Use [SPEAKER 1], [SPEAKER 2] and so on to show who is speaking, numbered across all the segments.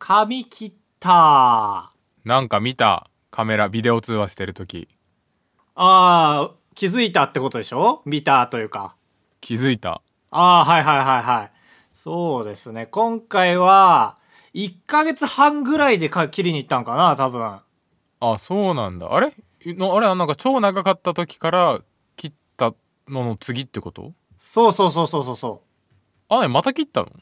[SPEAKER 1] 髪切った。
[SPEAKER 2] なんか見たカメラビデオ通話してる時
[SPEAKER 1] ああ、気づいたってことでしょ見たというか。
[SPEAKER 2] 気づいた
[SPEAKER 1] ああ、はいはいはいはい。そうですね。今回は、1ヶ月半ぐらいでか切りに行ったんかな、多分。
[SPEAKER 2] あそうなんだあれのあれなんか超長かった時から切ったのの次ってこと
[SPEAKER 1] そうそうそうそうそうそ
[SPEAKER 2] あねまた切ったの
[SPEAKER 1] う。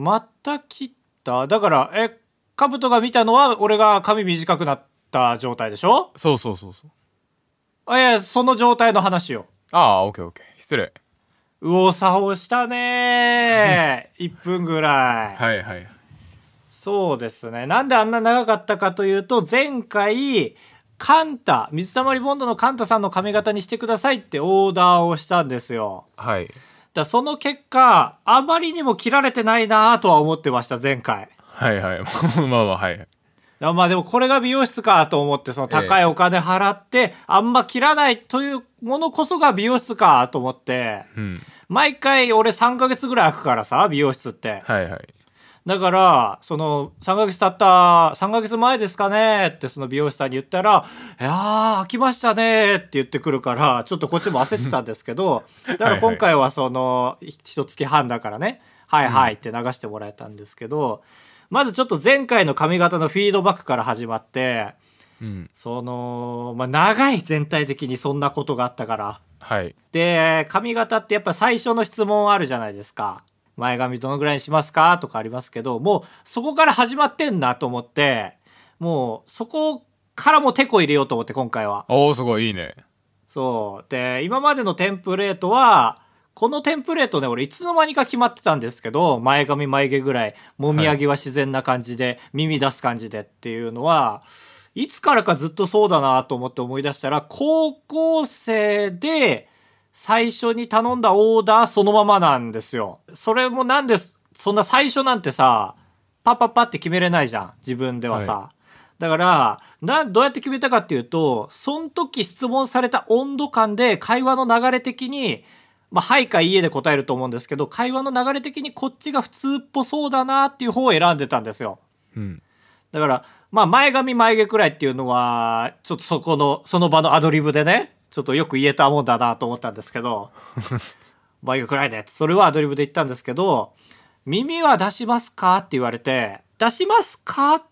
[SPEAKER 1] また切った。だから、え、カブトが見たのは、俺が髪短くなった状態でしょ
[SPEAKER 2] そうそうそうそう
[SPEAKER 1] あいや、その状態の話よ。
[SPEAKER 2] ああオッケーオッケー失礼
[SPEAKER 1] 右往左往したねー。1分ぐらい。
[SPEAKER 2] はいはい
[SPEAKER 1] そうですね。なんであんな長かったかというと、前回、カンタ、水溜りボンドのカンタさんの髪型にしてくださいってオーダーをしたんですよ。
[SPEAKER 2] はい
[SPEAKER 1] だその結果、あまりにも切られてないなぁとは思ってました、前回。
[SPEAKER 2] はいはい まあまあはい
[SPEAKER 1] だまあでもこれが美容室かと思って、その高いお金払って、あんま切らないというものこそが美容室かと思って、
[SPEAKER 2] うん
[SPEAKER 1] 毎回俺3ヶ月ぐらい空くからさ、美容室って。
[SPEAKER 2] はいはい
[SPEAKER 1] だから、その、3ヶ月経った、3ヶ月前ですかねってその美容師さんに言ったら、いやー、飽きましたねって言ってくるから、ちょっとこっちも焦ってたんですけ ど、だから今回はその、ひ一月半だからね、はいはいって流してもらえたんですけど、まずちょっと前回の髪型のフィードバックから始まって、
[SPEAKER 2] うん
[SPEAKER 1] その、まあ、長い全体的にそんなことがあったから。
[SPEAKER 2] はい
[SPEAKER 1] で髪型ってやっぱ最初の質問あるじゃないですか前髪どのぐらいにしますかとかありますけどもうそこから始まってんなと思ってもうそこからもうテコ入れようと思って今回は
[SPEAKER 2] おおすごいいいね
[SPEAKER 1] そうで今までのテンプレートはこのテンプレートね俺いつの間にか決まってたんですけど前髪眉毛ぐらいもみあげは自然な感じで、耳出す感じでっていうのはいつからかずっとそうだなと思って思い出したら高校生で最初に頼んだオーダーそのままなんですよ。それもなんでそんな最初なんてさパッパッパって決めれないじゃん自分ではさ。だからなどうやって決めたかっていうとその時質問された温度感で会話の流れ的に「まあ、はい」か「いいえ」で答えると思うんですけど会話の流れ的にこっちが普通っぽそうだなっていう方を選んでたんですよ。
[SPEAKER 2] うん
[SPEAKER 1] だから、まあ、前髪眉毛くらいっていうのは、ちょっとそこの、その場のアドリブでね、ちょっとよく言えたもんだなと思ったんですけど、 眉毛くらいで、それはアドリブで言ったんですけど、耳は出しますかって言われて、出しますかっ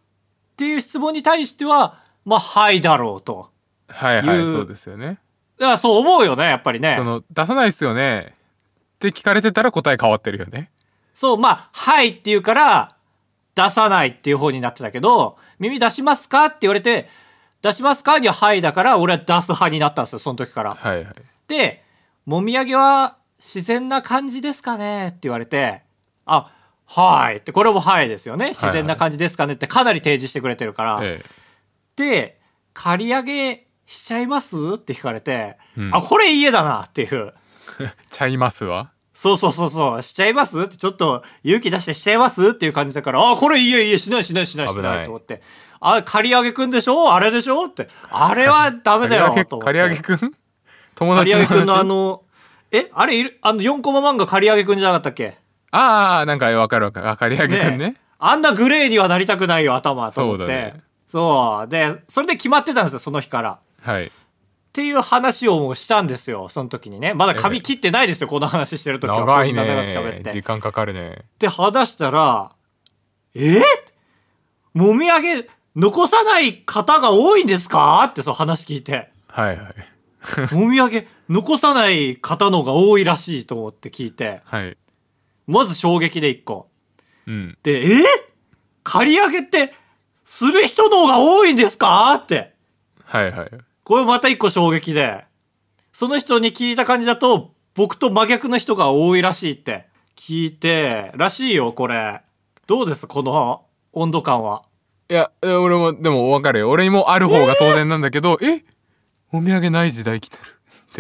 [SPEAKER 1] ていう質問に対しては、まあ、はいだろうと。
[SPEAKER 2] はいはいいうそうですよね
[SPEAKER 1] だからそう思うよね、やっぱりね
[SPEAKER 2] そ。の出さないっすよねって聞かれてたら答え変わってるよね
[SPEAKER 1] そう、まあ、はいって言うから、出さないっていう方になってたけど、耳出しますかって言われて、出しますかにははいだから、俺は出す派になったんですよ、その時から。
[SPEAKER 2] はいはい
[SPEAKER 1] で、もみあげは自然な感じですかねって言われて、あ、はいって、これもはいですよね。自然な感じですかねってかなり提示してくれてるから。
[SPEAKER 2] え
[SPEAKER 1] で、借り上げしちゃいますって聞かれて、
[SPEAKER 2] うん
[SPEAKER 1] あ、これ家だなっていう。
[SPEAKER 2] えちゃいますわ
[SPEAKER 1] そうそうそうそう、しちゃいますって、ちょっと勇気出してしちゃいますっていう感じだから、あ、これいいえいいえ、しないしないしないし
[SPEAKER 2] 危
[SPEAKER 1] な
[SPEAKER 2] ないい
[SPEAKER 1] と思って、あ、借り上げくんでしょあれでしょって、あれはダメだよ
[SPEAKER 2] 借り上げ
[SPEAKER 1] と思って。
[SPEAKER 2] 借り上げく ん友
[SPEAKER 1] 刈り
[SPEAKER 2] 達
[SPEAKER 1] 上
[SPEAKER 2] の
[SPEAKER 1] げく
[SPEAKER 2] 話
[SPEAKER 1] んのあの、え、あれいる、あの4コマ漫画刈り上げくんじゃなかったっけ
[SPEAKER 2] ああなんかわかるわかるあ借り上げくんね
[SPEAKER 1] えあんなグレーにはなりたくないよ、頭と思って。そ,、
[SPEAKER 2] そううだね
[SPEAKER 1] で、それで決まってたんですよ、その日から。っ
[SPEAKER 2] はい
[SPEAKER 1] ていう話をもうしたんですよ、その時にね。まだ髪切ってないですよ、この話してる時は。
[SPEAKER 2] 長い
[SPEAKER 1] こんな長く喋
[SPEAKER 2] ね
[SPEAKER 1] って。
[SPEAKER 2] 時間かかるね
[SPEAKER 1] って話したら、えーもみあげ残さない方が多いんですかってそう話聞いて。
[SPEAKER 2] はいはい
[SPEAKER 1] もみあげ残さない方の方が多いらしいと思って聞いて。
[SPEAKER 2] はい
[SPEAKER 1] まず衝撃で一個。
[SPEAKER 2] うん
[SPEAKER 1] で、えー借り上げってする人の方が多いんですかって。
[SPEAKER 2] はいはい
[SPEAKER 1] これまた一個衝撃で。その人に聞いた感じだと、僕と真逆の人が多いらしいって聞いて、らしいよ、これ。どうですこの温度感は。
[SPEAKER 2] いやえ俺もでも分かるよ俺にもある方が当然なんだけどえお土産ない時代来てる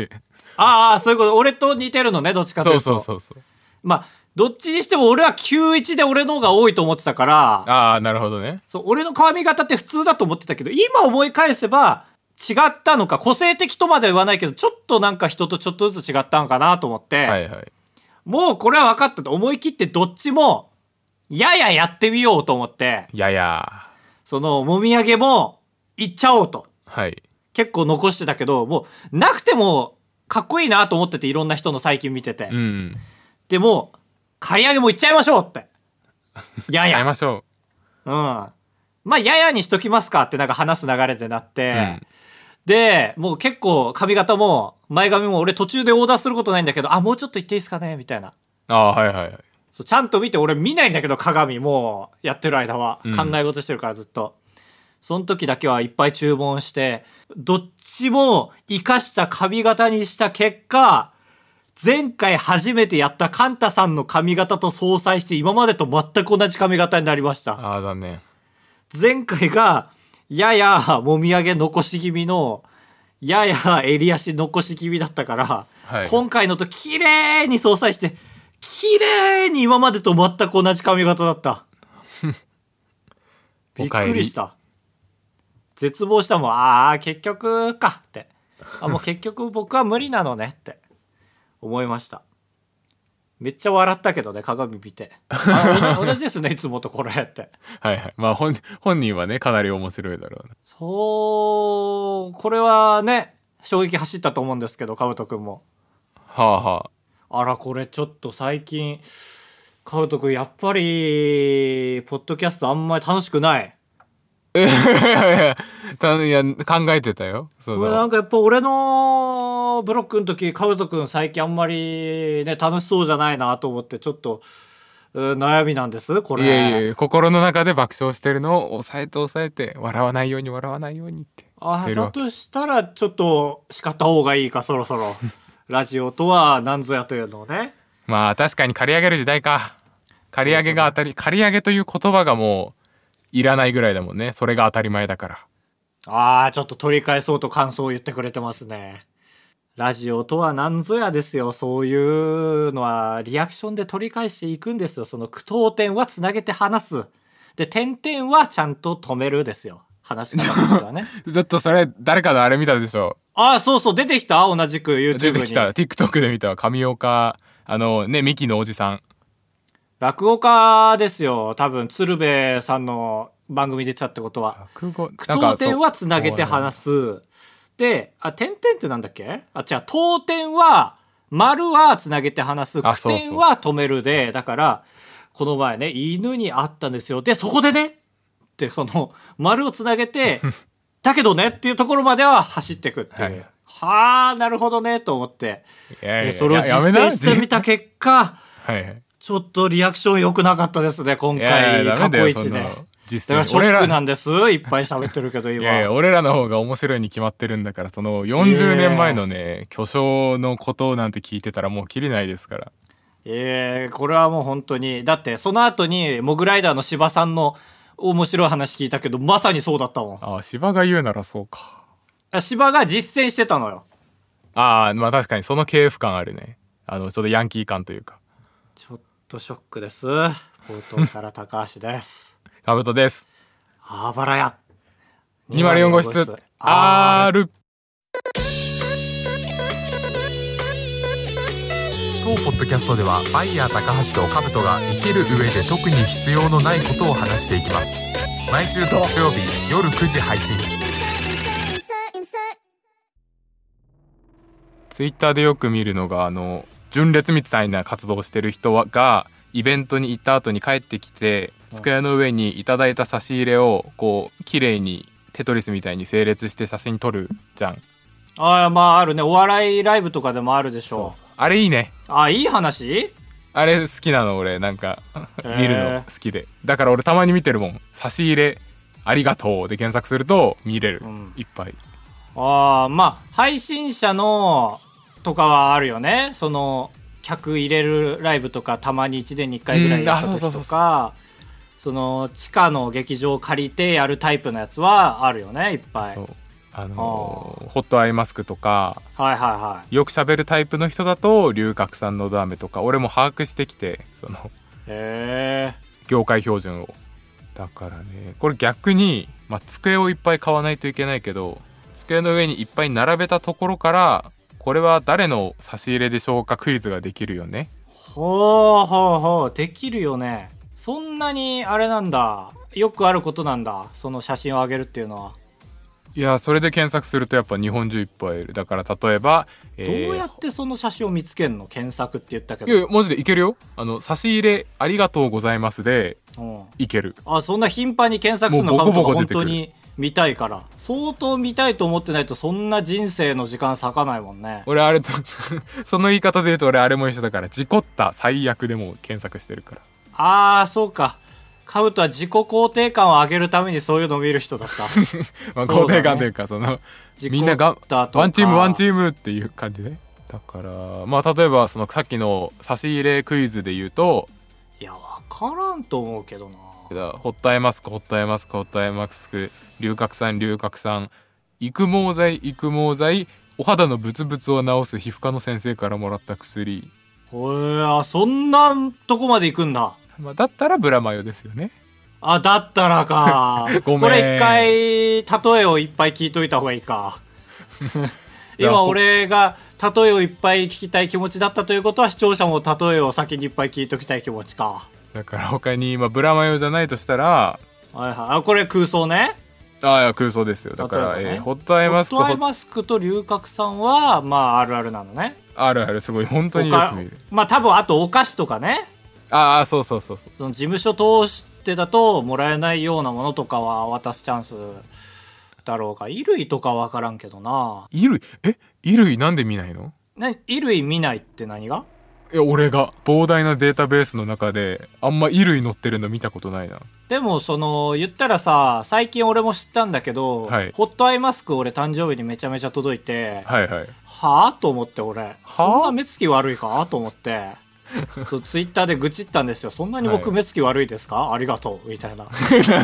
[SPEAKER 2] って
[SPEAKER 1] ああ、そういうこと。俺と似てるのね、どっちかとい
[SPEAKER 2] そう
[SPEAKER 1] と。
[SPEAKER 2] うそうそうそう
[SPEAKER 1] まあ、どっちにしても俺は91で俺の方が多いと思ってたから、
[SPEAKER 2] ああなるほどね
[SPEAKER 1] そう、俺の髪型って普通だと思ってたけど、今思い返せば、違ったのか、個性的とまでは言わないけど、ちょっとなんか人とちょっとずつ違ったのかなと思って、
[SPEAKER 2] はいはい
[SPEAKER 1] もうこれは分かったと思い切ってどっちもやややってみようと思って、
[SPEAKER 2] やや。
[SPEAKER 1] その、もみあげも、いっちゃおうと。
[SPEAKER 2] はい。
[SPEAKER 1] 結構残してたけど、もう、なくても、かっこいいなと思ってて、いろんな人の最近見てて。
[SPEAKER 2] うん。
[SPEAKER 1] でも、刈り上げもいっちゃいましょうって。や
[SPEAKER 2] 変え
[SPEAKER 1] や。
[SPEAKER 2] ましょ
[SPEAKER 1] うん。まあ、ややにしときますかって、なんか話す流れでなっ
[SPEAKER 2] う。
[SPEAKER 1] て、で、もう結構髪型も、前髪も俺途中でオーダーすることないんだけど、あ、もうちょっと行っていいですかねみたいな。
[SPEAKER 2] うん。ああー、はいはいはい。
[SPEAKER 1] そうちゃんと見て俺見ないんだけど鏡もうやってる間は
[SPEAKER 2] うん
[SPEAKER 1] 考え事してるからずっと、その時だけはいっぱい注文してどっちも生かした髪型にした結果前回初めてやったカンタさんの髪型と相殺して今までと全く同じ髪型になりました
[SPEAKER 2] ああ、残念。
[SPEAKER 1] 前回がややもみあげ残し気味のやや襟足残し気味だったから、
[SPEAKER 2] はい
[SPEAKER 1] 今回のと綺麗に相殺して綺麗に今までと全く同じ髪型だったびっ
[SPEAKER 2] おかえ
[SPEAKER 1] く
[SPEAKER 2] り
[SPEAKER 1] りした絶望したもんああ結局かってあ もう結局僕は無理なのねって思いましためっちゃ笑ったけどね鏡見てあ 同じですねいつもとこれって
[SPEAKER 2] はいはい。まあ、本、本人はね、かなり面白いだろうな。
[SPEAKER 1] そう、これはね、衝撃走ったと思うんですけど、カブトくんも。
[SPEAKER 2] はあは
[SPEAKER 1] あら、これちょっと最近、カブトくん、やっぱり、ポッドキャストあんまり楽しくない。
[SPEAKER 2] あ。い やいやたいや、考えてたよ。そ
[SPEAKER 1] これなん
[SPEAKER 2] の、
[SPEAKER 1] かやっぱ俺のブロックの時、カブトくん最近あんまりね、楽しそうじゃないなと思って、ちょっと、うん悩みなんです、これ。
[SPEAKER 2] いやいや、心の中で爆笑してるのを抑えて抑えて、笑わないように笑わないようにってし
[SPEAKER 1] あ
[SPEAKER 2] てる
[SPEAKER 1] だ
[SPEAKER 2] わけ。
[SPEAKER 1] としたら、ちょっと叱った方がいいか、そろそろ。 ラジオとは何ぞやというのをね。
[SPEAKER 2] まあ、確かに借り上げる時代か。借り上げが当たり、借り上げという言葉がもう、いらないぐらいだもんね。それが当たり前だから。
[SPEAKER 1] ああ、ちょっと取り返そうと感想を言ってくれてますね。ラジオとは何ぞやですよ。そういうのはリアクションで取り返していくんですよ。その句読点はつなげて話す。で、点々はちゃんと止めるですよ。話し方としては ね。
[SPEAKER 2] ちょっとそれ、誰かのあれ見たでしょ。
[SPEAKER 1] ああ、そうそう、出てきた同じく YouTube に。
[SPEAKER 2] 出てきた。TikTok で見た。神岡、あの、ね、ミキのおじさん。
[SPEAKER 1] 落語家ですよ。多分、鶴瓶さんの番組出てたってことは。
[SPEAKER 2] 句読
[SPEAKER 1] 句読点はつなげて話す。で、あ、点々ってなんだっけあ、違う、当点は、丸はつなげて話す。
[SPEAKER 2] あ
[SPEAKER 1] 句
[SPEAKER 2] そうそうそう
[SPEAKER 1] 点は止めるで、だから、この前ね、犬に会ったんですよ。で、そこでねって、その、丸をつなげ て、だけどねっていうところまでは走ってくってい
[SPEAKER 2] は
[SPEAKER 1] う
[SPEAKER 2] い。
[SPEAKER 1] はあ、なるほどね、と思って。
[SPEAKER 2] いやい
[SPEAKER 1] で
[SPEAKER 2] やいや
[SPEAKER 1] それを実
[SPEAKER 2] やめな
[SPEAKER 1] 践してみた結果、
[SPEAKER 2] はいはい。
[SPEAKER 1] ちょっとリアクション良くなかったですね、今
[SPEAKER 2] いや
[SPEAKER 1] 回。
[SPEAKER 2] いやダ
[SPEAKER 1] 過
[SPEAKER 2] メだよ
[SPEAKER 1] 去一
[SPEAKER 2] そんな
[SPEAKER 1] で。
[SPEAKER 2] の実
[SPEAKER 1] だからショ
[SPEAKER 2] 践俺
[SPEAKER 1] ックな
[SPEAKER 2] ら
[SPEAKER 1] んです。いっぱい喋ってるけど、今。
[SPEAKER 2] いやいや俺らの方が面白いに決まってるんだからその40年前のね巨匠のことなんて聞いてたらもうきりないですから
[SPEAKER 1] ええこれはもう本当に。だって、その後に、モグライダーの芝さんの面白い話聞いたけど、まさにそうだったもん。
[SPEAKER 2] ああ芝が言うならそうか
[SPEAKER 1] あ芝が実践してたのよ。
[SPEAKER 2] ああまあ確かにその系譜感あるねあのちょっとヤンキー感というか
[SPEAKER 1] ちょっとショックです。冒頭から高橋です。
[SPEAKER 2] カブトです
[SPEAKER 1] あばらや。
[SPEAKER 2] 204号室
[SPEAKER 1] あ
[SPEAKER 2] R 当ポッドキャストではバイヤー高橋とカブトが生きる上で特に必要のないことを話していきます毎週土曜日夜9時配信
[SPEAKER 3] insert, insert.
[SPEAKER 2] ツイッターでよく見るのがあの純烈みたいな活動をしてる人はがイベントに行った後に帰ってきて机の上にいただいた差し入れをこう綺麗にテトリスみたいに整列して写真撮るじゃん
[SPEAKER 1] あーまああるね。お笑いライブとかでもあるでしょ
[SPEAKER 2] あれいいね
[SPEAKER 1] う。あ、いい話
[SPEAKER 2] あれ好きなの俺なんか
[SPEAKER 1] ー
[SPEAKER 2] 見るの好きでだから俺たまに見てるもん「差し入れありがとう」で検索すると見れる、
[SPEAKER 1] ん
[SPEAKER 2] いっぱい
[SPEAKER 1] ああ、まあ、配信者のとかはあるよね。その、客入れるライブとか、たまに1年に1回ぐらいやった
[SPEAKER 2] うんあ
[SPEAKER 1] 時
[SPEAKER 2] そうそ
[SPEAKER 1] と
[SPEAKER 2] うそう
[SPEAKER 1] か、その、地下の劇場を借りてやるタイプのやつはあるよね、いっぱい。
[SPEAKER 2] そ
[SPEAKER 1] は
[SPEAKER 2] うあのーホットアイマスクとか
[SPEAKER 1] いはいはい。
[SPEAKER 2] よく喋るタイプの人だと龍角散のダメとか俺も把握してきてその
[SPEAKER 1] へえ。
[SPEAKER 2] 業界標準をだからねこれ逆に、まあ、机をいっぱい買わないといけないけど机の上にいっぱい並べたところからこれは誰の差し入れでしょうかクイズができるよね
[SPEAKER 1] ほうほうほう、できるよね。そんなにあれなんだよくあることなんだその写真を上げるっていうのは、
[SPEAKER 2] いやそれで検索するとやっぱ日本中いっぱいいるだから例えば、えー
[SPEAKER 1] どうやってその写真を見つけるの検索って言ったけ
[SPEAKER 2] いやい
[SPEAKER 1] ど、
[SPEAKER 2] やマジでいけるよあの差し入れありがとうございますで
[SPEAKER 1] うん、
[SPEAKER 2] いける
[SPEAKER 1] あそんな頻繁に検索するの
[SPEAKER 2] も
[SPEAKER 1] か
[SPEAKER 2] うボコボコ
[SPEAKER 1] 本
[SPEAKER 2] 出てく
[SPEAKER 1] 当
[SPEAKER 2] る
[SPEAKER 1] に見たいから相当見たいと思ってないとそんな人生の時間割かないもんね
[SPEAKER 2] 俺あれと その言い方で言うと俺あれも一緒だから事故った最悪でもう検索してるから
[SPEAKER 1] ああそうかカウトは自己肯定感を上げるためにそういうのを見る人だった
[SPEAKER 2] まあ、
[SPEAKER 1] そうだね
[SPEAKER 2] 肯定感というかその
[SPEAKER 1] 事故ったとか
[SPEAKER 2] みんながワンチームワンチームっていう感じでだからまあ例えばそのさっきの差し入れクイズで言うと
[SPEAKER 1] いやわからんと思うけどな
[SPEAKER 2] ホットアイマスクホットアイマスクホットアイマスク龍角散龍角散育毛剤育毛剤お肌のブツブツを治す皮膚科の先生からもらった薬、
[SPEAKER 1] ほえあそんなとこまで行くんだ
[SPEAKER 2] まあ、だったらブラマヨですよね
[SPEAKER 1] あだったらか
[SPEAKER 2] ごめん
[SPEAKER 1] これ一回例えをいっぱい聞いといた方がいい か今俺が例えをいっぱい聞きたい気持ちだったということは視聴者も例えを先にいっぱい聞いときたい気持ちか
[SPEAKER 2] だから他に、まあ、ブラマヨじゃないとしたら
[SPEAKER 1] はいはいあこれ空想ね
[SPEAKER 2] ああいや空想ですよだから、
[SPEAKER 1] 例えばね
[SPEAKER 2] えーホットアイマスク
[SPEAKER 1] ホットアイ
[SPEAKER 2] ホッ
[SPEAKER 1] マスクと龍角散はまああるあるなのね
[SPEAKER 2] あるあるすごい本当によく見る
[SPEAKER 1] おかまあ多分あとお菓子とかね
[SPEAKER 2] ああそうそうそうそう
[SPEAKER 1] その事務所通してだともらえないようなものとかは渡すチャンスだろうが衣類とかは分からんけどな
[SPEAKER 2] 衣類え衣類なんで見ないの
[SPEAKER 1] な衣類見ないって何が
[SPEAKER 2] いや俺が膨大なデータベースの中であんま衣類載ってるの見たことないな
[SPEAKER 1] でもその言ったらさ最近俺も知ったんだけど、
[SPEAKER 2] はい
[SPEAKER 1] ホットアイマスク俺誕生日にめちゃめちゃ届いて
[SPEAKER 2] はいはい
[SPEAKER 1] はあと思って俺そんな目つき悪いかと思って そうツイッターで愚痴ったんですよそんなに僕
[SPEAKER 2] はい
[SPEAKER 1] 目つき悪いですか、ありがとうみたい な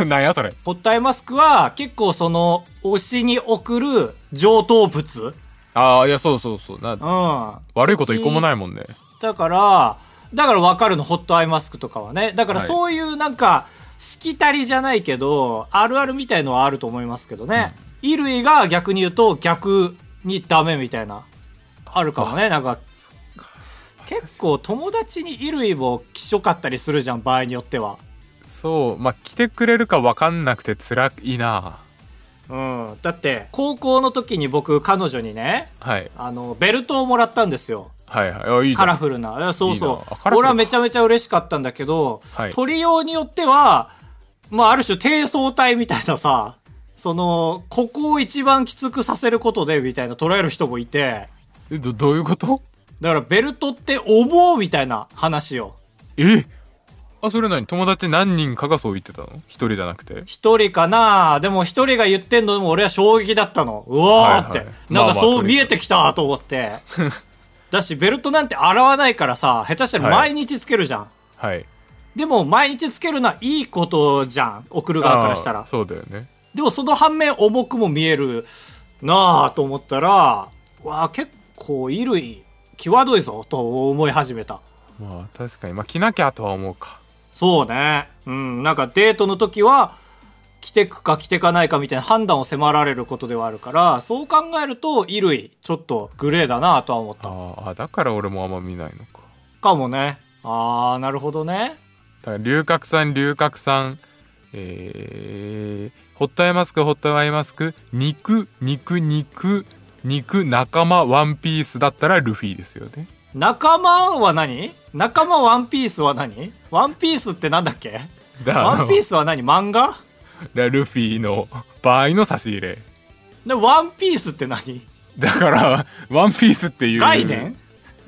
[SPEAKER 2] なんやそれ
[SPEAKER 1] ホットアイマスクは結構その推しに送る上等物
[SPEAKER 2] ああいやそうそうそうな
[SPEAKER 1] うん
[SPEAKER 2] 悪いこと一個もないもんね
[SPEAKER 1] だからだから分かるのホットアイマスクとかはねだから
[SPEAKER 2] はい
[SPEAKER 1] そういうなんか、しきたりじゃないけどあるあるみたいのはあると思いますけどね、衣類が逆に言うと逆にダメみたいなあるかもねなんか結構友達に衣類もきしょかったりするじゃん場合によっては
[SPEAKER 2] そうまあ来てくれるか分かんなくて辛いな
[SPEAKER 1] うんだって高校の時に僕彼女にね
[SPEAKER 2] はい
[SPEAKER 1] あのベルトをもらったんですよ
[SPEAKER 2] はいはいあいいじゃ
[SPEAKER 1] カ
[SPEAKER 2] ん
[SPEAKER 1] ラフルな。いやそう
[SPEAKER 2] いいな
[SPEAKER 1] そ
[SPEAKER 2] あ
[SPEAKER 1] う。
[SPEAKER 2] カラフル
[SPEAKER 1] 俺はめちゃめちゃ嬉しかったんだけど、
[SPEAKER 2] はい
[SPEAKER 1] 取りようによっては、まあある種低層体みたいなさ、その、ここを一番きつくさせることでみたいな捉える人もいて、
[SPEAKER 2] えどどういうこと
[SPEAKER 1] だからベルトって重うみたいな話を。
[SPEAKER 2] えあそれ何友達何人かがそう言ってたの一人じゃなくて
[SPEAKER 1] 一人かなでも一人が言ってんのでも俺は衝撃だったの。うわーって。
[SPEAKER 2] はいはい
[SPEAKER 1] なん
[SPEAKER 2] ま
[SPEAKER 1] か
[SPEAKER 2] あまあ
[SPEAKER 1] そう見えてきたと思って。 だし、ベルトなんて洗わないからさ、下手したら毎日つけるじゃん。
[SPEAKER 2] はい
[SPEAKER 1] でも毎日つけるのはいいことじゃん送る側からした
[SPEAKER 2] あ
[SPEAKER 1] ら
[SPEAKER 2] ーそうだよね
[SPEAKER 1] でもその反面重くも見えるなぁと思ったらうわあ結構衣類際どいぞと思い始めた
[SPEAKER 2] まあ確かにまあ着なきゃとは思うか
[SPEAKER 1] そうねうんなんかデートの時は着てくか着てかないかみたいな判断を迫られることではあるからそう考えると衣類ちょっとグレーだなぁとは思った
[SPEAKER 2] あーあだから俺もあんま見ないのか
[SPEAKER 1] かもねあーなるほどね
[SPEAKER 2] だから龍角散龍角散えー、ホットアイマスクホットアイマスク肉肉肉肉仲間ワンピースだったらルフィですよね
[SPEAKER 1] 仲間は何仲間ワンピースは何ワンピースってなんだっけ
[SPEAKER 2] だから
[SPEAKER 1] ワンピースは何漫画
[SPEAKER 2] ルフィの場合の差し入れ
[SPEAKER 1] で、ワンピースって何
[SPEAKER 2] だからワンピースっていう
[SPEAKER 1] 概念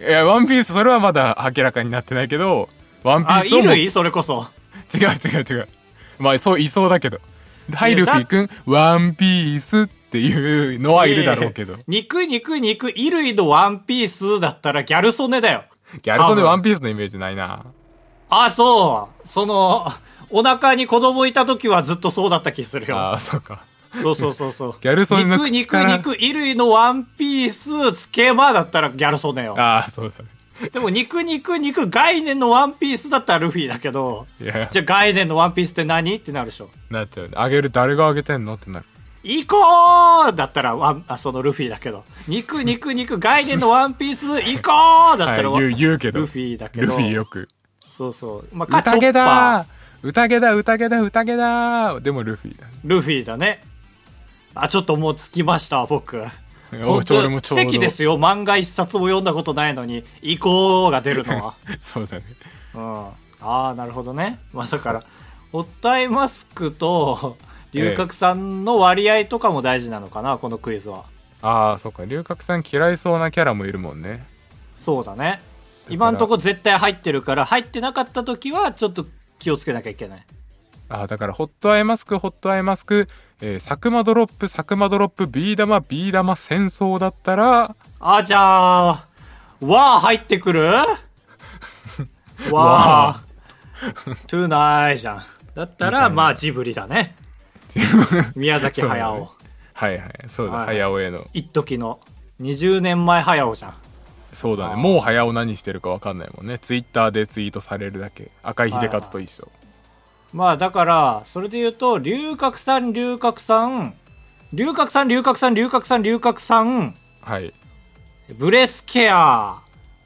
[SPEAKER 2] いやワンピースそれはまだ明らかになってないけどワンピ
[SPEAKER 1] あ、
[SPEAKER 2] ースを
[SPEAKER 1] 衣
[SPEAKER 2] も
[SPEAKER 1] 類それこそ。
[SPEAKER 2] 違う違う違うまあそういそうだけどは
[SPEAKER 1] い
[SPEAKER 2] い
[SPEAKER 1] や
[SPEAKER 2] ルフ
[SPEAKER 1] だ
[SPEAKER 2] ィくんワンピースっていうのはいるだろうけど
[SPEAKER 1] いやいや肉、肉、肉、衣類のワンピースだったらギャル曽根だよ。
[SPEAKER 2] ギャルソンでワンピースのイメージないな
[SPEAKER 1] あ、そう。その、お腹に子供いた時はずっとそうだった気する
[SPEAKER 2] あ
[SPEAKER 1] よ。
[SPEAKER 2] あそうか
[SPEAKER 1] そうそうそうそう。
[SPEAKER 2] ギャル曽根の
[SPEAKER 1] 肉、
[SPEAKER 2] 口
[SPEAKER 1] 肉、
[SPEAKER 2] から
[SPEAKER 1] 肉、衣類のワンピース、つけまだったらギャル曽根よ。
[SPEAKER 2] ああそうだね
[SPEAKER 1] でも、肉、肉、肉、概念のワンピースだったらルフィだけど、
[SPEAKER 2] いや
[SPEAKER 1] じゃあ概念のワンピースって何ってなるでしょ。
[SPEAKER 2] なっちゃうあげる誰があげてんのってなる
[SPEAKER 1] 行こうだったらワン、あ、そのルフィだけど。肉、 肉、肉、概念のワンピース、行こうだったら、
[SPEAKER 2] はい言う言うけど
[SPEAKER 1] ルフィだけど。
[SPEAKER 2] ルフィよく
[SPEAKER 1] そうそう。まあ、か、チョ
[SPEAKER 2] 宴
[SPEAKER 1] ッパ
[SPEAKER 2] だ宴だ宴だ宴だでもルフィだ
[SPEAKER 1] ルフィだねあちょっともう着きました僕
[SPEAKER 2] ね
[SPEAKER 1] 本
[SPEAKER 2] ちょ俺も
[SPEAKER 1] 当
[SPEAKER 2] ちょうど
[SPEAKER 1] 奇跡ですよ漫画一冊も読んだことないのに「行こう」が出るの は
[SPEAKER 2] そうだね
[SPEAKER 1] うんああなるほどねまあだからホッタイマスク と龍角散の割合とかも大事なのかなこのクイズは
[SPEAKER 2] ああそうか龍角さん嫌いそうなキャラもいるもんね
[SPEAKER 1] そうだね今んとこ絶対入ってるから入ってなかった時はちょっと気をつけなきゃいけない
[SPEAKER 2] あーだからホットアイマスクホットアイマスク、えー、サクマドロップサクマドロップビー玉ビー玉戦争だったら
[SPEAKER 1] あじゃあわあ入ってくる わあトゥーナイじゃんだった
[SPEAKER 2] みたい
[SPEAKER 1] ら
[SPEAKER 2] な
[SPEAKER 1] まあジブリだ ね宮崎
[SPEAKER 2] そうだね
[SPEAKER 1] 駿、
[SPEAKER 2] はいはいそうだ、
[SPEAKER 1] はい
[SPEAKER 2] 早尾への
[SPEAKER 1] 一時の20年前駿じゃん
[SPEAKER 2] そうだね
[SPEAKER 1] あー
[SPEAKER 2] もう早尾何してるか分かんないもんねツイッターでツイートされるだけ赤井秀勝と一緒、
[SPEAKER 1] まあだからそれで言うと龍角散龍角散龍角散龍角散龍角散龍角散
[SPEAKER 2] はい。
[SPEAKER 1] ブレスケア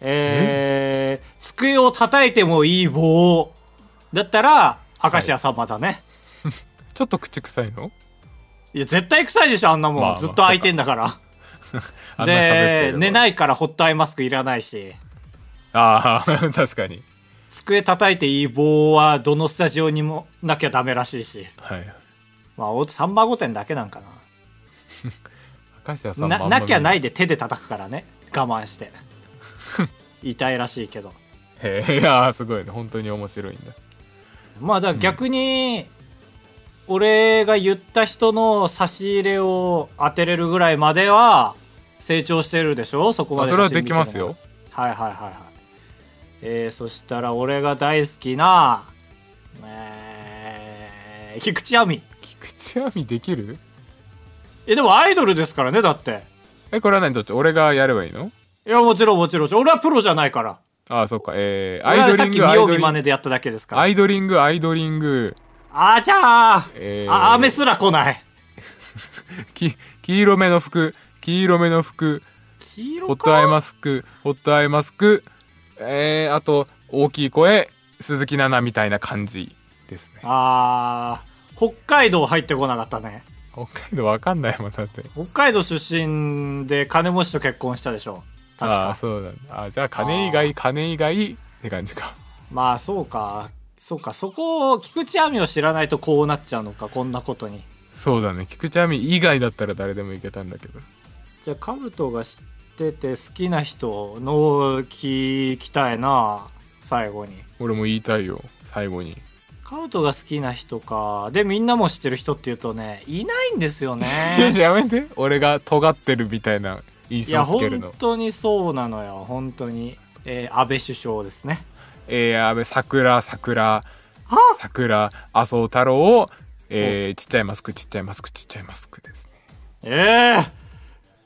[SPEAKER 1] えー、机を叩いてもいい棒だったら明石家さんまだね、
[SPEAKER 2] ちょっと口臭いの
[SPEAKER 1] いや、絶対臭いでしょ、あんなもん。
[SPEAKER 2] まあまあ
[SPEAKER 1] ずっと開いてんだから。
[SPEAKER 2] あんな喋って
[SPEAKER 1] で、
[SPEAKER 2] る
[SPEAKER 1] 寝ないからホットアイマスクいらないし、
[SPEAKER 2] ああ、 確かに。
[SPEAKER 1] 机叩いていい棒はどのスタジオにもなきゃダメらしいし。
[SPEAKER 2] はい。
[SPEAKER 1] まあ、おサンバ御殿だけなんか
[SPEAKER 2] 明石家さ
[SPEAKER 1] な。
[SPEAKER 2] んもあ
[SPEAKER 1] なん
[SPEAKER 2] ま
[SPEAKER 1] なきゃな
[SPEAKER 2] 見
[SPEAKER 1] いで手で叩くからね。我慢 して。痛いらしいけど。
[SPEAKER 2] へえ、いやーすごいね。本当に面白いんだ。
[SPEAKER 1] まあ、だから逆に、俺が言った人の差し入れを当てれるぐらいまでは成長してるでしょそこま
[SPEAKER 2] あ
[SPEAKER 1] で
[SPEAKER 2] それは
[SPEAKER 1] 写真
[SPEAKER 2] で
[SPEAKER 1] 見
[SPEAKER 2] き
[SPEAKER 1] ても
[SPEAKER 2] ますよ。
[SPEAKER 1] はいはいはいはいえー、そしたら俺が大好きなえー、菊池亜美
[SPEAKER 2] 菊池亜美できる
[SPEAKER 1] えでもアイドルですからねだって
[SPEAKER 2] え、これは何どっち俺がやればいいの
[SPEAKER 1] いやもちろんもちろん俺はプロじゃないから
[SPEAKER 2] ああ、そっか。えー、
[SPEAKER 1] 俺
[SPEAKER 2] アイ
[SPEAKER 1] は
[SPEAKER 2] ド
[SPEAKER 1] さ
[SPEAKER 2] リ
[SPEAKER 1] っ
[SPEAKER 2] ン
[SPEAKER 1] き見
[SPEAKER 2] グ、アイ
[SPEAKER 1] よう
[SPEAKER 2] ド
[SPEAKER 1] 見
[SPEAKER 2] リ
[SPEAKER 1] ま
[SPEAKER 2] ング
[SPEAKER 1] ね。でやっただけですから
[SPEAKER 2] アイドリング、アイドリング。
[SPEAKER 1] あちゃー、
[SPEAKER 2] えー
[SPEAKER 1] あ雨すら来ない
[SPEAKER 2] き、黄色めの服、黄色めの服、
[SPEAKER 1] 黄
[SPEAKER 2] ホ
[SPEAKER 1] 色
[SPEAKER 2] ットアイ
[SPEAKER 1] か
[SPEAKER 2] マスク、ホットアイマスク、えー、あと、大きい声、鈴木奈々みたいな感じですね。
[SPEAKER 1] あー北海道入ってこなかったね
[SPEAKER 2] 北海道わかんないもんだって。
[SPEAKER 1] 北海道出身で金持ちと結婚したでしょ確
[SPEAKER 2] ああ
[SPEAKER 1] か
[SPEAKER 2] そうなんだあじゃあ金以外金以外って感じか
[SPEAKER 1] まあそうかそうかそこを菊池亜美を知らないとこうなっちゃうのかこんなことに
[SPEAKER 2] そうだね菊池亜美以外だったら誰でもいけたんだけど
[SPEAKER 1] じゃあカブトが知ってて好きな人の聞きたいな最後に
[SPEAKER 2] 俺も言いたいよ最後に
[SPEAKER 1] カブトが好きな人かでみんなも知ってる人っていうとねいないんですよ
[SPEAKER 2] いや
[SPEAKER 1] ね
[SPEAKER 2] やめて俺が尖ってるみたいな印
[SPEAKER 1] い
[SPEAKER 2] 象
[SPEAKER 1] や
[SPEAKER 2] をつける
[SPEAKER 1] 本
[SPEAKER 2] の
[SPEAKER 1] 当にそうなのよ本当に、えー安倍首相ですね
[SPEAKER 2] えー、安倍桜桜
[SPEAKER 1] は
[SPEAKER 2] 桜麻生太郎をえー、ちっちゃいマスクちっちゃいマスクちっちゃいマスクですね
[SPEAKER 1] ええ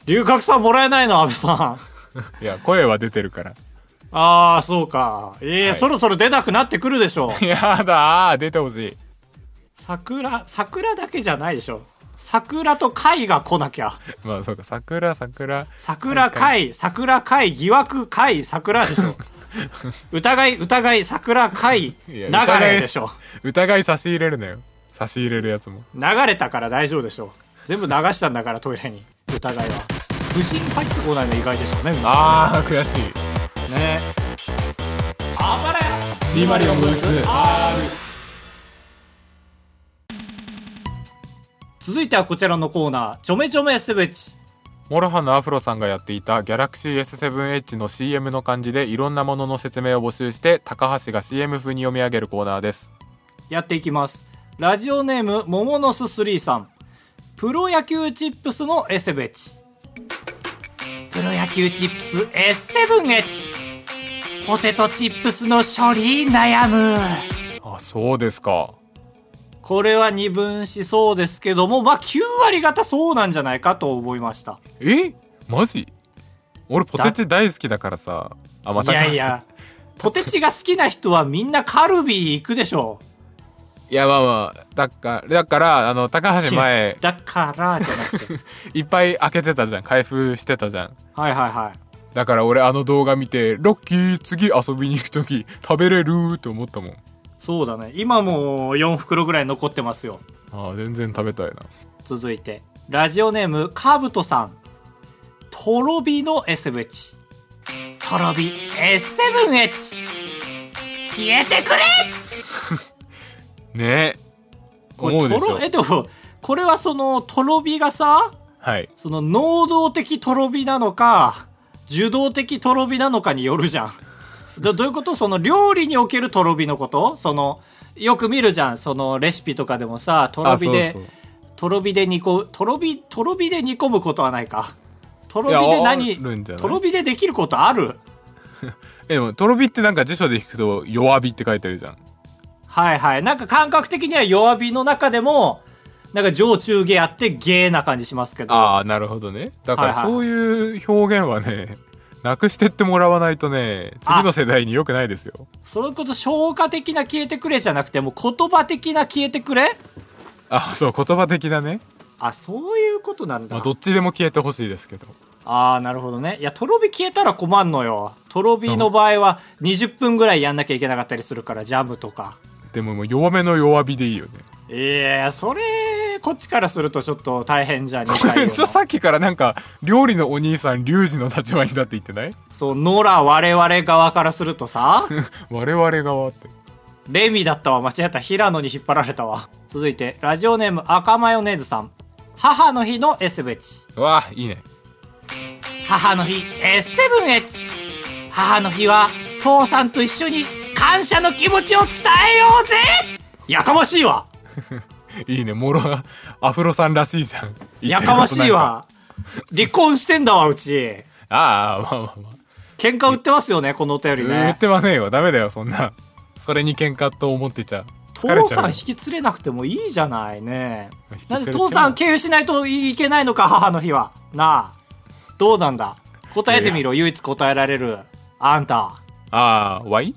[SPEAKER 1] 龍角さんもらえないの安倍さん
[SPEAKER 2] いや声は出てるから
[SPEAKER 1] ああそうかええ
[SPEAKER 2] はい
[SPEAKER 1] そろそろ出なくなってくるでしょう
[SPEAKER 2] やだー出てほしい
[SPEAKER 1] 桜桜だけじゃないでしょ桜と貝が来なきゃ
[SPEAKER 2] まあそうか桜桜
[SPEAKER 1] 桜貝桜貝疑惑貝桜でし ょ疑い疑い桜貝
[SPEAKER 2] い
[SPEAKER 1] 流
[SPEAKER 2] や
[SPEAKER 1] れでしょ
[SPEAKER 2] 疑い差し入れるなよ差し入れるやつも
[SPEAKER 1] 流れたから大丈夫でしょ全部流したんだからトイレに疑いは無事に入ってこないの意外でしたねあ
[SPEAKER 2] あー悔しい
[SPEAKER 1] ねあばれ
[SPEAKER 2] ビマリオンブース
[SPEAKER 1] 続いてはこちらのコーナーちょめちょめすべち
[SPEAKER 2] モロハのアフロさんがやっていたギャラクシー S7H の CM の漢字でいろんなものの説明を募集して高橋が CM 風に読み上げるコーナーです
[SPEAKER 1] やっていきますラジオネームモモのすスリーさんプロ野球チップスのエセベチプロ野球チップス S7H ポテトチップスの処理悩む
[SPEAKER 2] あそうですか
[SPEAKER 1] これは二分しそうですけどもまあ9割方そうなんじゃないかと思いました
[SPEAKER 2] えマジ俺ポテチ大好きだからさあま
[SPEAKER 1] い
[SPEAKER 2] た
[SPEAKER 1] やいやポテチが好きな人はみんなカルビー行くでしょ
[SPEAKER 2] いやまあまあだからだからあの高橋前
[SPEAKER 1] うだからじゃなくて
[SPEAKER 2] いっぱい開けてたじゃん開封してたじゃん
[SPEAKER 1] はいはいはい
[SPEAKER 2] だから俺あの動画見てロッキー次遊びに行く時食べれると思ったもん
[SPEAKER 1] そうだね今も4袋ぐらい残ってますよ
[SPEAKER 2] ああ全然食べたいな
[SPEAKER 1] 続いてラジオネームカブトさんとろびの S7H とろび S7H 消えてくれ
[SPEAKER 2] ねえ
[SPEAKER 1] こ
[SPEAKER 2] 思
[SPEAKER 1] れ
[SPEAKER 2] うで
[SPEAKER 1] と
[SPEAKER 2] しょ
[SPEAKER 1] ろえでもこれはそのとろびがさ
[SPEAKER 2] はい
[SPEAKER 1] その能動的とろびなのか受動的とろびなのかによるじゃん どどういうことその料理におけるとろびのことそのよく見るじゃんそのレシピとかでもさとろ
[SPEAKER 2] あ
[SPEAKER 1] び
[SPEAKER 2] そう
[SPEAKER 1] で
[SPEAKER 2] そう
[SPEAKER 1] とろ火で煮込むとろ火とろ火で煮込むことはないかとろ
[SPEAKER 2] い
[SPEAKER 1] 火で
[SPEAKER 2] や
[SPEAKER 1] 何
[SPEAKER 2] あるんじゃない
[SPEAKER 1] とろ火でできることある
[SPEAKER 2] えでもとろ火ってなんか辞書で引くと弱火って書いてあるじゃん
[SPEAKER 1] はいはいなんか感覚的には弱火の中でもなんか上中下あって下な感じしますけど
[SPEAKER 2] ああなるほどねだから
[SPEAKER 1] はいはい
[SPEAKER 2] そういう表現はねなくしてってもらわないとね次の世代に良くないですよ
[SPEAKER 1] そういうこと消化的な消えてくれじゃなくてもう言葉的な消えてくれ
[SPEAKER 2] ああそう言葉的だね、
[SPEAKER 1] あそういうことなんだ、
[SPEAKER 2] まあ、どっちでも消えてほしいですけど
[SPEAKER 1] ああなるほどねいやとろ火消えたら困んのよとろ火の場合は20分ぐらいやんなきゃいけなかったりするからジャムとか
[SPEAKER 2] でももう弱めの弱火でいいよね
[SPEAKER 1] いやそれこっちからするとちょっと大変じゃん
[SPEAKER 2] これちょさっきからなんか料理のお兄さんリュウジの立場になって言ってない
[SPEAKER 1] そう、ノラ我々側からするとさ、
[SPEAKER 2] 我々側って
[SPEAKER 1] レミだったわ、間違えた。平野に引っ張られたわ。続いて、ラジオネーム赤マヨネーズさん。母の日の S7H。
[SPEAKER 2] うわあいいね
[SPEAKER 1] 母の日 S7H。母の日は、父さんと一緒に感謝の気持ちを伝えようぜやかましいわ
[SPEAKER 2] いいねもろアフロさんらしいじゃん言
[SPEAKER 1] や
[SPEAKER 2] ってる
[SPEAKER 1] か
[SPEAKER 2] こ
[SPEAKER 1] ま
[SPEAKER 2] と
[SPEAKER 1] し
[SPEAKER 2] なん
[SPEAKER 1] いわ離婚してんだわ、うち。
[SPEAKER 2] ああまあまあまあ
[SPEAKER 1] 喧嘩売ってますよね、このお便り
[SPEAKER 2] 言っ
[SPEAKER 1] ね。
[SPEAKER 2] てませんよダメだよそんなそれに喧嘩と思ってちゃ疲れ
[SPEAKER 1] 父
[SPEAKER 2] ちゃ
[SPEAKER 1] さん
[SPEAKER 2] うよ
[SPEAKER 1] 引き連れなくてもいいじゃないね
[SPEAKER 2] 引き連
[SPEAKER 1] な
[SPEAKER 2] れ
[SPEAKER 1] ん
[SPEAKER 2] て
[SPEAKER 1] で
[SPEAKER 2] も
[SPEAKER 1] 父さん経由しないといけないのか母の日はなあどうなんだ答えてみろ唯一答えられるあんた
[SPEAKER 2] ああわい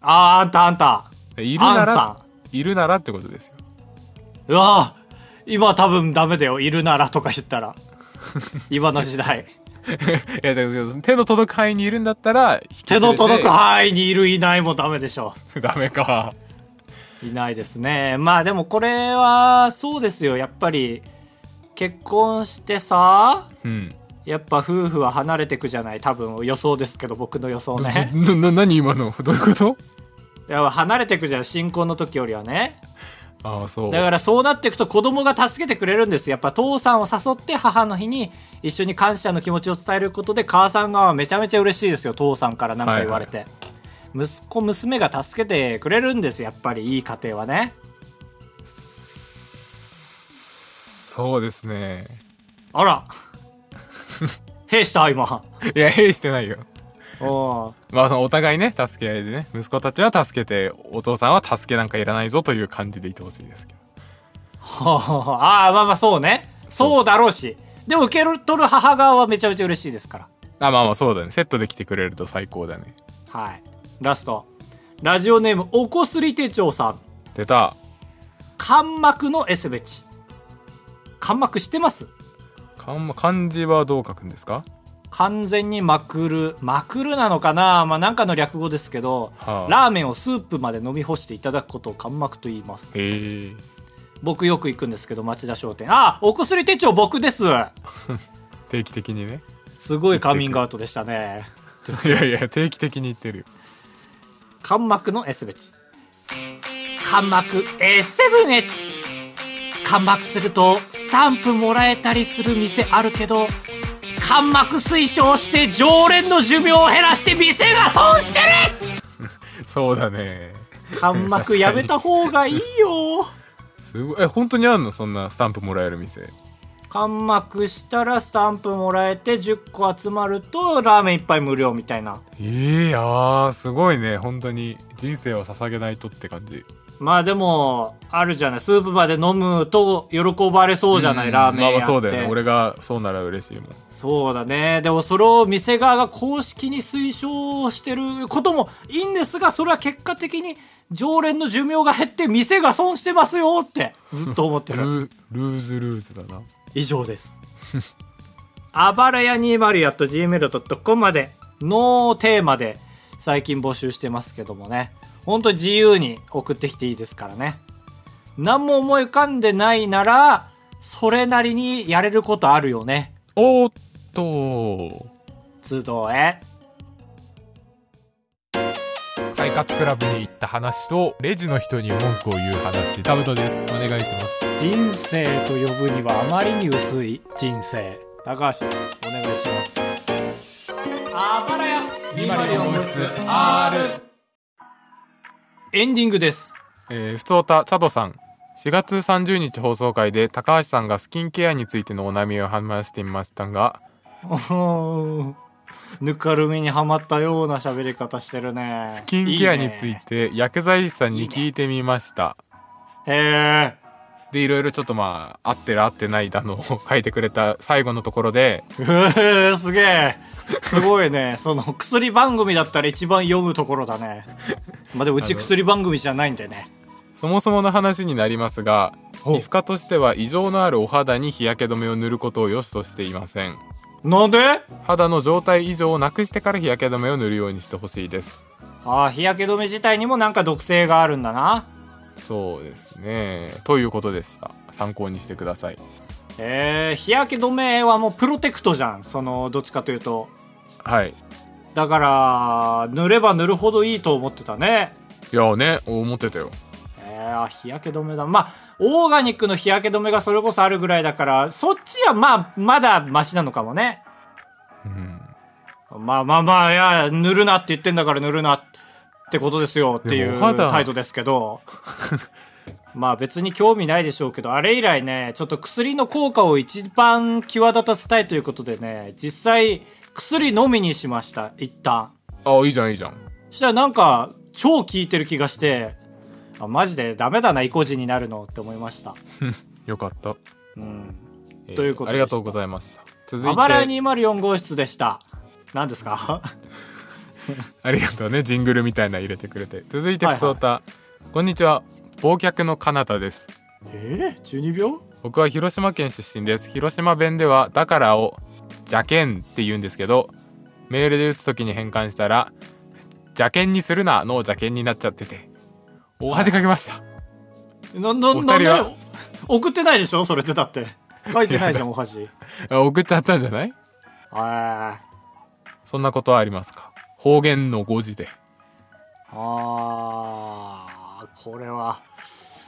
[SPEAKER 1] ああんたあんた
[SPEAKER 2] いるな
[SPEAKER 1] アン
[SPEAKER 2] らいるならってことですよ
[SPEAKER 1] うわあ今多分ダメだよいるならとか言った ら今の時代
[SPEAKER 2] いや違う違う手の届く範囲にいるんだったら引き
[SPEAKER 1] 手
[SPEAKER 2] 連れ
[SPEAKER 1] の
[SPEAKER 2] て
[SPEAKER 1] 届く範囲にいるいないもダメでしょ
[SPEAKER 2] ダメか
[SPEAKER 1] いないですねまあでもこれはそうですよやっぱり結婚してさ
[SPEAKER 2] うん
[SPEAKER 1] やっぱ夫婦は離れてくじゃない多分予想ですけど僕の予想 ね
[SPEAKER 2] なな何今の どういうこと
[SPEAKER 1] いや離れてくじゃん新婚の時よりはね
[SPEAKER 2] ああそう
[SPEAKER 1] だからそうなっていくと子供が助けてくれるんですやっぱ父さんを誘って母の日に一緒に感謝の気持ちを伝えることで母さん側はめちゃめちゃ嬉しいですよ父さんから何か言われて、息子娘が助けてくれるんですやっぱりいい家庭はね
[SPEAKER 2] そうですね
[SPEAKER 1] あらへいした今
[SPEAKER 2] いやへいしてないよ
[SPEAKER 1] おう
[SPEAKER 2] まあそのお互いね助け合いでね息子たちは助けてお父さんは助けなんかいらないぞという感じでいてほしいですけど
[SPEAKER 1] ああまあまあそうねそうだろうしでも受け取る母側はめちゃめちゃ嬉しいですから
[SPEAKER 2] あまあまあそうだねセットで来てくれると最高だね
[SPEAKER 1] はいラストラジオネームおこすり手帳さん
[SPEAKER 2] 出た
[SPEAKER 1] 間膜のエスベチ間膜してます
[SPEAKER 2] 漢漢字はどう書くんですか
[SPEAKER 1] 完全にまくるまくるなのかなまあなんかの略語ですけど、
[SPEAKER 2] はあ
[SPEAKER 1] ラーメンをスープまで飲み干していただくことを間膜と言います
[SPEAKER 2] へえ
[SPEAKER 1] 僕よく行くんですけど町田商店あおこすり手帳僕です
[SPEAKER 2] 定期的にね
[SPEAKER 1] すごいカミングアウトでしたね
[SPEAKER 2] いやいや定期的に言ってるよ
[SPEAKER 1] 間膜の S ベチ間膜 S7H 間膜するとスタンプもらえたりする店あるけど間膜推奨して常連の寿命を減らして店が損して
[SPEAKER 2] そうだね
[SPEAKER 1] る間膜やめた方がいいよ
[SPEAKER 2] すごいえ本当にあんのそんなスタンプもらえる店
[SPEAKER 1] 間膜したらスタンプもらえて10個集まるとラーメン一杯無料みたいな
[SPEAKER 2] ええいやーすごいね本当に人生を捧げないとって感じ
[SPEAKER 1] まあでもあるじゃないスープまで飲むと喜ばれそうじゃない、
[SPEAKER 2] ん
[SPEAKER 1] ラーメン
[SPEAKER 2] ま
[SPEAKER 1] 屋
[SPEAKER 2] あ
[SPEAKER 1] って、
[SPEAKER 2] まあそうだよね俺がそうなら嬉しいもん
[SPEAKER 1] そうだね。でもそれを店側が公式に推奨してることもいいんですが、それは結果的に常連の寿命が減って店が損してますよってずっと思って
[SPEAKER 2] ル
[SPEAKER 1] る。
[SPEAKER 2] ールーズルーズだな
[SPEAKER 1] 以上です。あばらや 20.gmail.com までのテーマで最近募集してますけどもね。本当に自由に送ってきていいですからね。何も思い浮かんでないなら、それなりにやれることあるよね。
[SPEAKER 2] おーっと
[SPEAKER 1] 通道へ。
[SPEAKER 2] 快活クラブに行った話とレジの人に文句を言う話タブトですお願いします
[SPEAKER 1] 人生と呼ぶにはあまりに薄い人生。高橋です。お願いします。あばらやエンディングです。
[SPEAKER 2] えー、ふつおたチャドさん4月30日放送回で高橋さんがスキンケアについてのお悩みを話してみましたが
[SPEAKER 1] おーぬかるみにはまったような喋り方してるね。
[SPEAKER 2] スキンケアにつ
[SPEAKER 1] い
[SPEAKER 2] い
[SPEAKER 1] ね
[SPEAKER 2] て薬剤師さんに聞いてみました
[SPEAKER 1] へえ。
[SPEAKER 2] でいろいろちょっとまあ合ってる合ってないだのを書いてくれた最後のところで
[SPEAKER 1] うえー、 すげえ。すごいね。その薬番組だったら一番読むところだね。まあでもうち薬番組じゃないんで ね。
[SPEAKER 2] そもそもの話になりますが
[SPEAKER 1] ほう
[SPEAKER 2] 皮膚科としては異常のあるお肌に日焼け止めを塗ることを良しとしていません
[SPEAKER 1] なんで
[SPEAKER 2] 肌の状態異常をなくしてから日焼け止めを塗るようにしてほしいです
[SPEAKER 1] ああ、日焼け止め自体にもなんか毒性があるんだな。
[SPEAKER 2] そうですねということでした参考にしてください
[SPEAKER 1] えー、日焼け止めはもうプロテクトじゃん。その、どっちかというと。
[SPEAKER 2] はい
[SPEAKER 1] だから、塗れば塗るほどいいと思ってたね。
[SPEAKER 2] いやね思ってたよ
[SPEAKER 1] えー、あ日焼け止めだ。まあ、オーガニックの日焼け止めがそれこそあるぐらいだから、そっちはまあ、まだマシなのかもね。
[SPEAKER 2] うん
[SPEAKER 1] まあまあまあ、いや、塗るなって言ってんだから塗るなってことですよってい
[SPEAKER 2] で
[SPEAKER 1] う
[SPEAKER 2] もお肌
[SPEAKER 1] 態度ですけど。 まあ別に興味ないでしょうけど、あれ以来ね、ちょっと薬の効果を一番際立たせたいということでね、実際薬のみにしました、一旦。
[SPEAKER 2] あいいじゃんいいじゃん
[SPEAKER 1] そしたらなんか、超効いてる気がして、あ、マジでダメだな、意固地になるのって思いました。
[SPEAKER 2] よかった、
[SPEAKER 1] うん。
[SPEAKER 2] えー
[SPEAKER 1] ということでした
[SPEAKER 2] ありがとうございました続い
[SPEAKER 1] あばらや
[SPEAKER 2] て
[SPEAKER 1] 204号室でした。何ですか
[SPEAKER 2] ありがとうねジングルみたいなの入れてくれて続いて
[SPEAKER 1] はいは
[SPEAKER 2] ふ
[SPEAKER 1] い
[SPEAKER 2] つおた、こんにちは忘却の彼方です
[SPEAKER 1] えー、?12 秒
[SPEAKER 2] 僕は広島県出身です広島弁では「だから」を「じゃけん」って言うんですけどメールで打つ時に変換したら「じゃけんにするな」の邪険になっちゃっててお恥かけました
[SPEAKER 1] な、な、
[SPEAKER 2] お二
[SPEAKER 1] なん
[SPEAKER 2] 人
[SPEAKER 1] で
[SPEAKER 2] は
[SPEAKER 1] 送ってないでしょそれってだって。書いてないじゃん、お箸。
[SPEAKER 2] あ送っちゃったんじゃない
[SPEAKER 1] あ
[SPEAKER 2] そんなことはありますか方言の誤字で
[SPEAKER 1] ーあー、これは、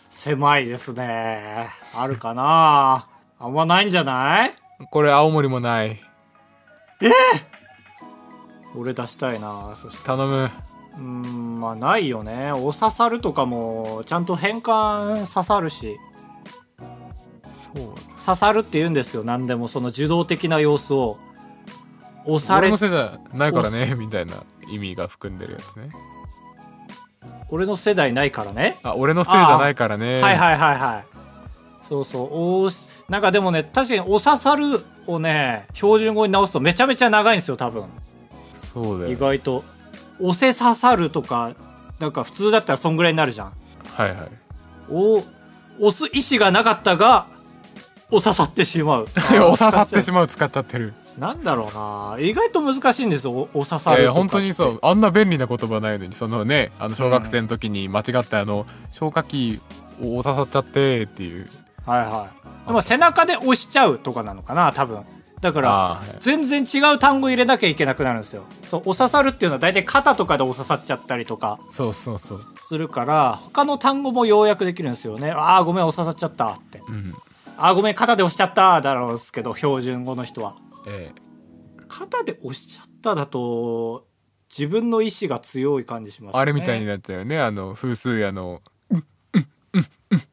[SPEAKER 1] 狭いですね。あるかなあんまないんじゃない
[SPEAKER 2] これ青森もない
[SPEAKER 1] 俺出したいなそして。
[SPEAKER 2] 頼む
[SPEAKER 1] うーん、まあないよね。お刺さるとかも、ちゃんと変換刺さるし、
[SPEAKER 2] そう
[SPEAKER 1] 刺さるって言うんですよ、何でも。その受動的な様子を。押さ
[SPEAKER 2] 俺
[SPEAKER 1] れ
[SPEAKER 2] のせいじゃないからねみたいな意味が含んでるやつね
[SPEAKER 1] 俺の世代ないからね。
[SPEAKER 2] あ俺のせいじゃないからね
[SPEAKER 1] はいはいはいはい。そうそう。おーしなんかでもね、確かにお刺さるをね、標準語に直すとめちゃめちゃ長いんですよ、多分。
[SPEAKER 2] そうだ
[SPEAKER 1] 意
[SPEAKER 2] よ
[SPEAKER 1] 外と。おせ刺さるとか、なんか普通だったらそんぐらいになるじゃん。
[SPEAKER 2] はいはい。
[SPEAKER 1] お、押す意思がなかったが、お刺さってしまう
[SPEAKER 2] お刺さってし
[SPEAKER 1] ま
[SPEAKER 2] まう使っちゃってる
[SPEAKER 1] う。なんだろうな意外と難しいんですよ、おお刺さ
[SPEAKER 2] いやい
[SPEAKER 1] るとかって。
[SPEAKER 2] や本当にそうあんな便利な言葉ないのにそのねあの小学生の時に間違ってあの消火器を刺さっちゃってっていう
[SPEAKER 1] はいはい。でも背中で押しちゃうとかなのかな、多分。だから、
[SPEAKER 2] あー
[SPEAKER 1] 全然違う単語入れなきゃいけなくなるんですよ。そう、お刺さるっていうのは大体肩とかでお刺さっちゃったりとか
[SPEAKER 2] そうそうそう
[SPEAKER 1] するから、他の単語も要約できるんですよね。ああ、ごめん、お刺さっちゃったって。
[SPEAKER 2] うん
[SPEAKER 1] ああ、ごめん、肩で押しちゃっただろうですけど、標準語の人は。
[SPEAKER 2] ええ
[SPEAKER 1] 肩で押しちゃっただと、自分の意志が強い感じしますね。
[SPEAKER 2] あれみたいになっちゃうよねあの風水屋の「うんうんうんうん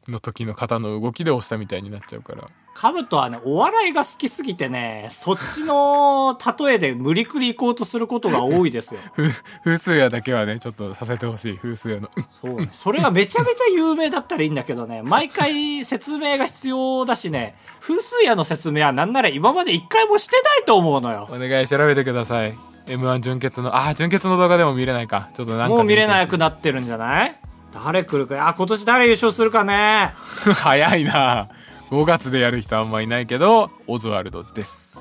[SPEAKER 2] の時の方の動きで押したみたいになっちゃうから
[SPEAKER 1] カブトはね、お笑いが好きすぎてね、そっちの例えで無理くり行こうとすることが多いですよ。
[SPEAKER 2] ふ風水屋だけはねちょっとさせてほしい風水屋のうん
[SPEAKER 1] そうねそれがめちゃめちゃ有名だったらいいんだけどね、毎回説明が必要だしね、風水屋の説明はなんなら今まで一回もしてないと思うのよ。
[SPEAKER 2] お願い調べてください m 1純潔のあー純潔の動画でも見れないかちょっとなんか
[SPEAKER 1] もう見れなく
[SPEAKER 2] な
[SPEAKER 1] なってるんじゃない誰来るか、あ、今年誰優勝するかね。
[SPEAKER 2] 早いな5月でやる人あんまいないけどオズワルドです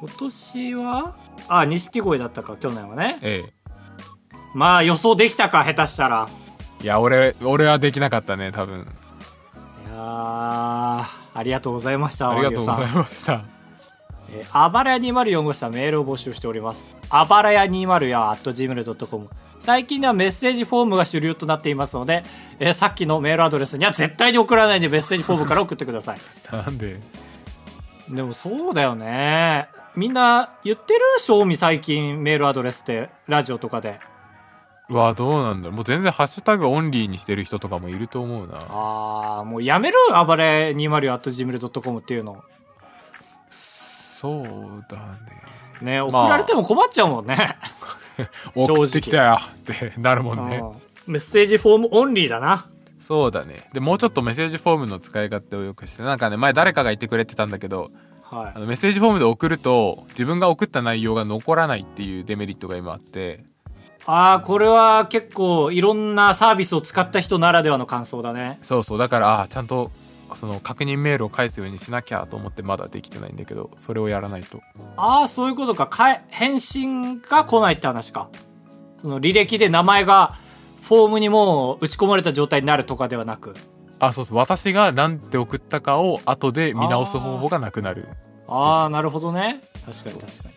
[SPEAKER 1] 今年はあ、錦鯉だったか、去年はね。
[SPEAKER 2] え
[SPEAKER 1] まあ予想できたか下手したら
[SPEAKER 2] いや俺俺はできなかったね多分
[SPEAKER 1] いやーありがとうございました
[SPEAKER 2] ありがとうご
[SPEAKER 1] 和牛
[SPEAKER 2] ざい
[SPEAKER 1] さん
[SPEAKER 2] ました
[SPEAKER 1] えーあばらや204号室はメールを募集しております。あばらや204や .gmail.com。最近ではメッセージフォームが主流となっていますので、えーさっきのメールアドレスには絶対に送らないでメッセージフォームから送ってください。
[SPEAKER 2] なんで
[SPEAKER 1] でもそうだよね。みんな言ってる賞味最近メールアドレスって、ラジオとかで。
[SPEAKER 2] うわどうなんだろうもう全然ハッシュタグオンリーにしてる人とかもいると思うな
[SPEAKER 1] あー、もうやめるあばれ 204.gmail.com っていうの。
[SPEAKER 2] そうだね
[SPEAKER 1] ね、送
[SPEAKER 2] まあ
[SPEAKER 1] られても困っちゃうもん ね。直
[SPEAKER 2] 送ってきたよってなるもんね
[SPEAKER 1] うんメッセージフォームオンリーだな。
[SPEAKER 2] そうだねでもうちょっとメッセージフォームの使い勝手を良くしてなんかね前誰かが言ってくれてたんだけど
[SPEAKER 1] はい
[SPEAKER 2] あ。のメッセージフォームで送ると自分が送った内容が残らないっていうデメリットが今あって
[SPEAKER 1] ああ、これは結構いろんなサービスを使った人ならではの感想だね。
[SPEAKER 2] そうそうだからあーちゃんとその確認メールを返すようにしなきゃと思ってまだできてないんだけどそれをやらないと
[SPEAKER 1] ああ、そういうことかかえ。返信が来ないって話か。その履歴で名前がフォームにもう打ち込まれた状態になるとかではなく。
[SPEAKER 2] あそうそう私が何て送ったかを後で見直す方法がなくなる
[SPEAKER 1] ああ、なるほどね。確かに確かに。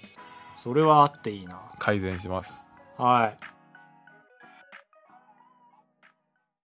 [SPEAKER 1] それはあっていいな。
[SPEAKER 2] 改善します
[SPEAKER 1] はい。